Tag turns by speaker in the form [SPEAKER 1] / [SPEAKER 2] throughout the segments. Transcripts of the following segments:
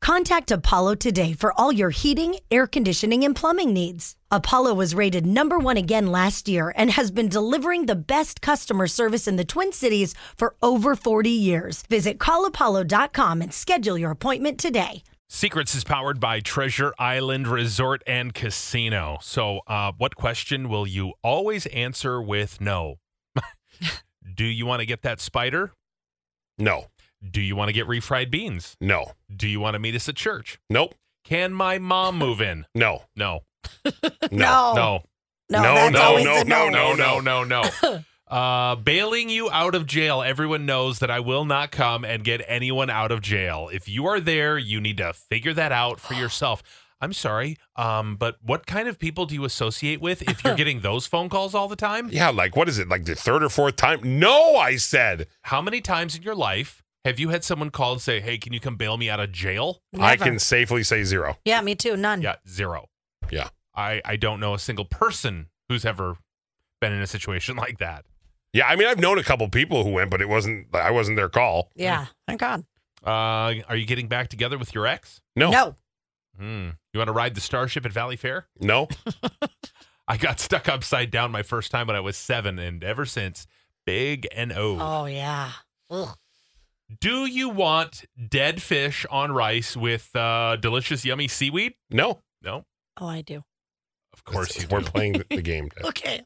[SPEAKER 1] Contact Apollo today for all your heating, air conditioning, and plumbing needs. Apollo was rated number one again last year and has been delivering the best customer service in the Twin Cities for over 40 years. Visit callapollo.com and schedule your appointment today.
[SPEAKER 2] Secrets is powered by Treasure Island Resort and Casino. So, uh, what question will you always answer with no? Do you want to get that spider?
[SPEAKER 3] No.
[SPEAKER 2] Do you want to get refried beans?
[SPEAKER 3] No.
[SPEAKER 2] Do you want to meet us at church?
[SPEAKER 3] Nope.
[SPEAKER 2] Can my mom move in?
[SPEAKER 3] No.
[SPEAKER 2] No.
[SPEAKER 3] No.
[SPEAKER 2] No.
[SPEAKER 1] No,
[SPEAKER 3] No,
[SPEAKER 1] that's
[SPEAKER 3] no,
[SPEAKER 1] always
[SPEAKER 3] no,
[SPEAKER 1] a
[SPEAKER 3] no,
[SPEAKER 2] No, no, no, no. Uh, bailing you out of jail. Everyone knows that I will not come and get anyone out of jail. If you are there, you need to figure that out for yourself. I'm sorry, um, but what kind of people do you associate with if you're getting those phone calls all the time?
[SPEAKER 3] Yeah, like what is it? Like the third or fourth time? No, I said.
[SPEAKER 2] How many times in your life have you had someone call and say, "Hey, can you come bail me out of jail?"
[SPEAKER 3] I
[SPEAKER 1] Never.
[SPEAKER 3] can safely say zero.
[SPEAKER 1] Yeah, me too. None.
[SPEAKER 2] Yeah, zero.
[SPEAKER 3] Yeah.
[SPEAKER 2] I I don't know a single person who's ever been in a situation like that.
[SPEAKER 3] Yeah, I mean, I've known a couple people who went, but it wasn't. I wasn't their call.
[SPEAKER 1] Yeah. Thank God.
[SPEAKER 2] Uh, are you getting back together with your ex?
[SPEAKER 3] No.
[SPEAKER 1] No.
[SPEAKER 2] Hmm. You want to ride the starship at Valley Fair?
[SPEAKER 3] No.
[SPEAKER 2] I got stuck upside down my first time when I was seven, and ever since, big and O.
[SPEAKER 1] Oh, yeah. Ugh.
[SPEAKER 2] Do you want dead fish on rice with uh, delicious, yummy seaweed?
[SPEAKER 3] No.
[SPEAKER 2] No,
[SPEAKER 1] Oh, I do.
[SPEAKER 2] of course you
[SPEAKER 3] we're
[SPEAKER 2] do.
[SPEAKER 3] playing the- the game.
[SPEAKER 1] Okay.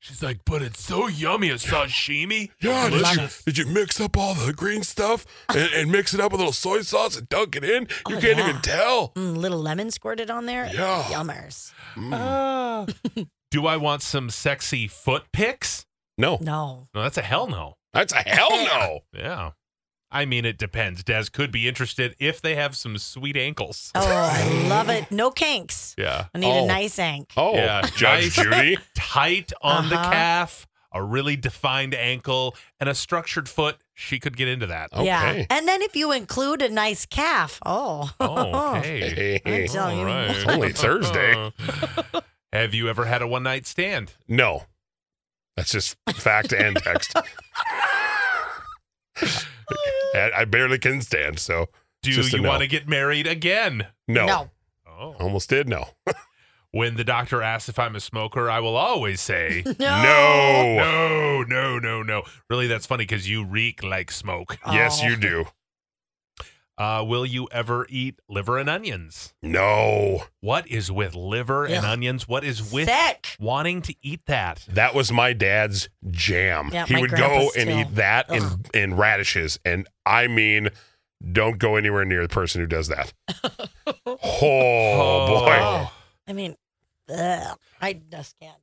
[SPEAKER 2] She's like, but it's so yummy, it's sashimi. Delicious."
[SPEAKER 3] did you mix up all the green stuff and, and mix it up with a little soy sauce and dunk it in?
[SPEAKER 1] You Oh, can't yeah. even
[SPEAKER 3] tell.
[SPEAKER 1] Mm, little lemon squirted on there.
[SPEAKER 3] Yeah.
[SPEAKER 1] Yummers.
[SPEAKER 3] Mm.
[SPEAKER 2] Ah. Do I want some sexy foot pics?
[SPEAKER 3] No,
[SPEAKER 1] No.
[SPEAKER 2] No, that's a hell no.
[SPEAKER 3] that's a hell no.
[SPEAKER 2] Yeah. I mean, it depends. Des could be interested if they have some sweet ankles.
[SPEAKER 1] Oh, I love it. No kinks.
[SPEAKER 2] Yeah.
[SPEAKER 1] I need
[SPEAKER 3] Oh.
[SPEAKER 1] a nice ank.
[SPEAKER 3] Oh,
[SPEAKER 2] Yeah, nice.
[SPEAKER 3] Judge Judy.
[SPEAKER 2] Tight on the
[SPEAKER 1] Uh-huh.
[SPEAKER 2] calf, a really defined ankle, and a structured foot. She could get into that.
[SPEAKER 3] Okay.
[SPEAKER 1] Yeah. And then if you include a nice calf, oh.
[SPEAKER 2] Oh, okay.
[SPEAKER 3] Hey.
[SPEAKER 1] I'm telling you.
[SPEAKER 3] It's only Thursday.
[SPEAKER 2] have you ever had a one night stand?
[SPEAKER 3] No, that's just fact and text. And I barely can stand, so
[SPEAKER 2] Do
[SPEAKER 3] Just a
[SPEAKER 2] you
[SPEAKER 3] no.
[SPEAKER 2] want to get married again?
[SPEAKER 3] no.
[SPEAKER 1] No.
[SPEAKER 2] Oh.
[SPEAKER 3] Almost did no.
[SPEAKER 2] When the doctor asks if I'm a smoker, I will always say,
[SPEAKER 3] No.
[SPEAKER 2] No, no, no, no. Really, that's funny because you reek like smoke.
[SPEAKER 3] Yes,
[SPEAKER 1] Oh.
[SPEAKER 3] you do.
[SPEAKER 2] Uh, will you ever eat liver and onions?
[SPEAKER 3] No.
[SPEAKER 2] What is with liver and
[SPEAKER 1] Ugh.
[SPEAKER 2] onions? What is with
[SPEAKER 1] Sick.
[SPEAKER 2] wanting to eat that?
[SPEAKER 3] That was my dad's jam.
[SPEAKER 1] Yeah,
[SPEAKER 3] he
[SPEAKER 1] my
[SPEAKER 3] would go
[SPEAKER 1] grandpa's
[SPEAKER 3] and
[SPEAKER 1] too.
[SPEAKER 3] eat that and, and radishes. And I mean, don't go anywhere near the person who does that. oh,
[SPEAKER 2] Oh,
[SPEAKER 3] boy.
[SPEAKER 1] I mean, ugh, I just can't.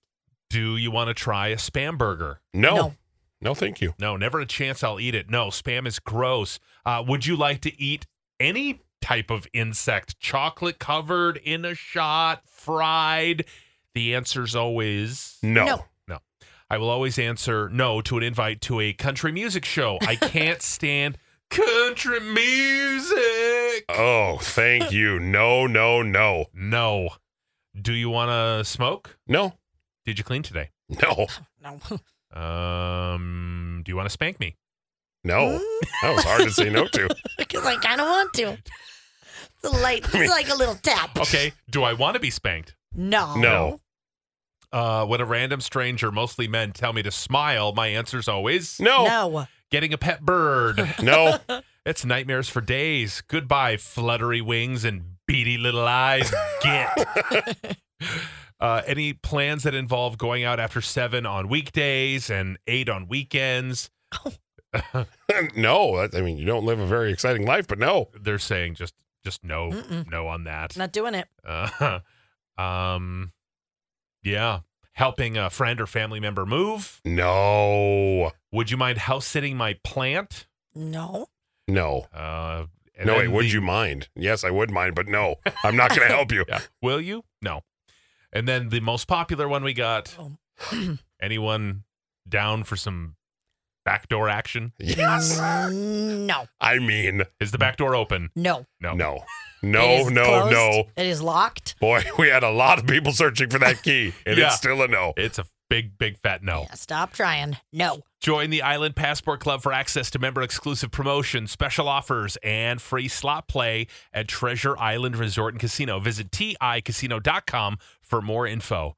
[SPEAKER 2] Do you want to try a spam burger?
[SPEAKER 3] No. no.
[SPEAKER 1] No.
[SPEAKER 3] thank you.
[SPEAKER 2] No, never a chance I'll eat it. No, spam is gross. Uh, would you like to eat any type of insect? Chocolate covered, in a shot, fried? The answer's always
[SPEAKER 3] No.
[SPEAKER 1] No.
[SPEAKER 2] I will always answer no to an invite to a country music show. I can't stand country music.
[SPEAKER 3] Oh, thank you. No, no, no.
[SPEAKER 2] No. Do you want to smoke?
[SPEAKER 3] No.
[SPEAKER 2] Did you clean today?
[SPEAKER 3] No.
[SPEAKER 1] No.
[SPEAKER 2] Um, do you want to spank me?
[SPEAKER 3] No. That was hard to say no to.
[SPEAKER 1] Because I kind of want to. It's a light, it's
[SPEAKER 3] mean-
[SPEAKER 1] like a little tap.
[SPEAKER 2] Okay. Do I want to be spanked?
[SPEAKER 1] No.
[SPEAKER 3] No.
[SPEAKER 2] Uh, when a random stranger, mostly men, tell me to smile, my answer's always
[SPEAKER 3] No. No.
[SPEAKER 1] No.
[SPEAKER 2] getting a pet bird.
[SPEAKER 3] No.
[SPEAKER 2] it's nightmares for days. Goodbye, fluttery wings and beady little eyes. Get. Uh, any plans that involve going out after seven on weekdays and eight on weekends?
[SPEAKER 3] That- I mean, you don't live a very exciting life, but no.
[SPEAKER 2] They're saying just just no,
[SPEAKER 1] Mm-mm.
[SPEAKER 2] no on that.
[SPEAKER 1] Not doing it.
[SPEAKER 2] Uh, um, yeah, helping a friend or family member move.
[SPEAKER 3] No.
[SPEAKER 2] Would you mind house sitting my plant?
[SPEAKER 1] No.
[SPEAKER 3] No.
[SPEAKER 2] Uh, and
[SPEAKER 3] no,
[SPEAKER 2] then
[SPEAKER 3] wait, would
[SPEAKER 2] the-
[SPEAKER 3] you mind? Yes, I would mind, but no, I'm not going to help you.
[SPEAKER 2] Yeah. Will you? No. And then the most popular one we got.
[SPEAKER 1] Oh.
[SPEAKER 2] Anyone down for some backdoor action?
[SPEAKER 3] Yes.
[SPEAKER 1] No.
[SPEAKER 3] I mean,
[SPEAKER 2] Is the back door open?
[SPEAKER 1] No.
[SPEAKER 2] No.
[SPEAKER 3] no.
[SPEAKER 1] It
[SPEAKER 3] No,
[SPEAKER 1] is
[SPEAKER 3] no,
[SPEAKER 1] closed.
[SPEAKER 3] no.
[SPEAKER 1] It is locked.
[SPEAKER 3] Boy, we had a lot of people searching for that key, and
[SPEAKER 2] Yeah.
[SPEAKER 3] it's still a no.
[SPEAKER 2] It's a big, big fat no.
[SPEAKER 1] Yeah, stop trying. No.
[SPEAKER 2] Join the Island Passport Club for access to member exclusive promotions, special offers, and free slot play at Treasure Island Resort and Casino. Visit ticasino.com for more info.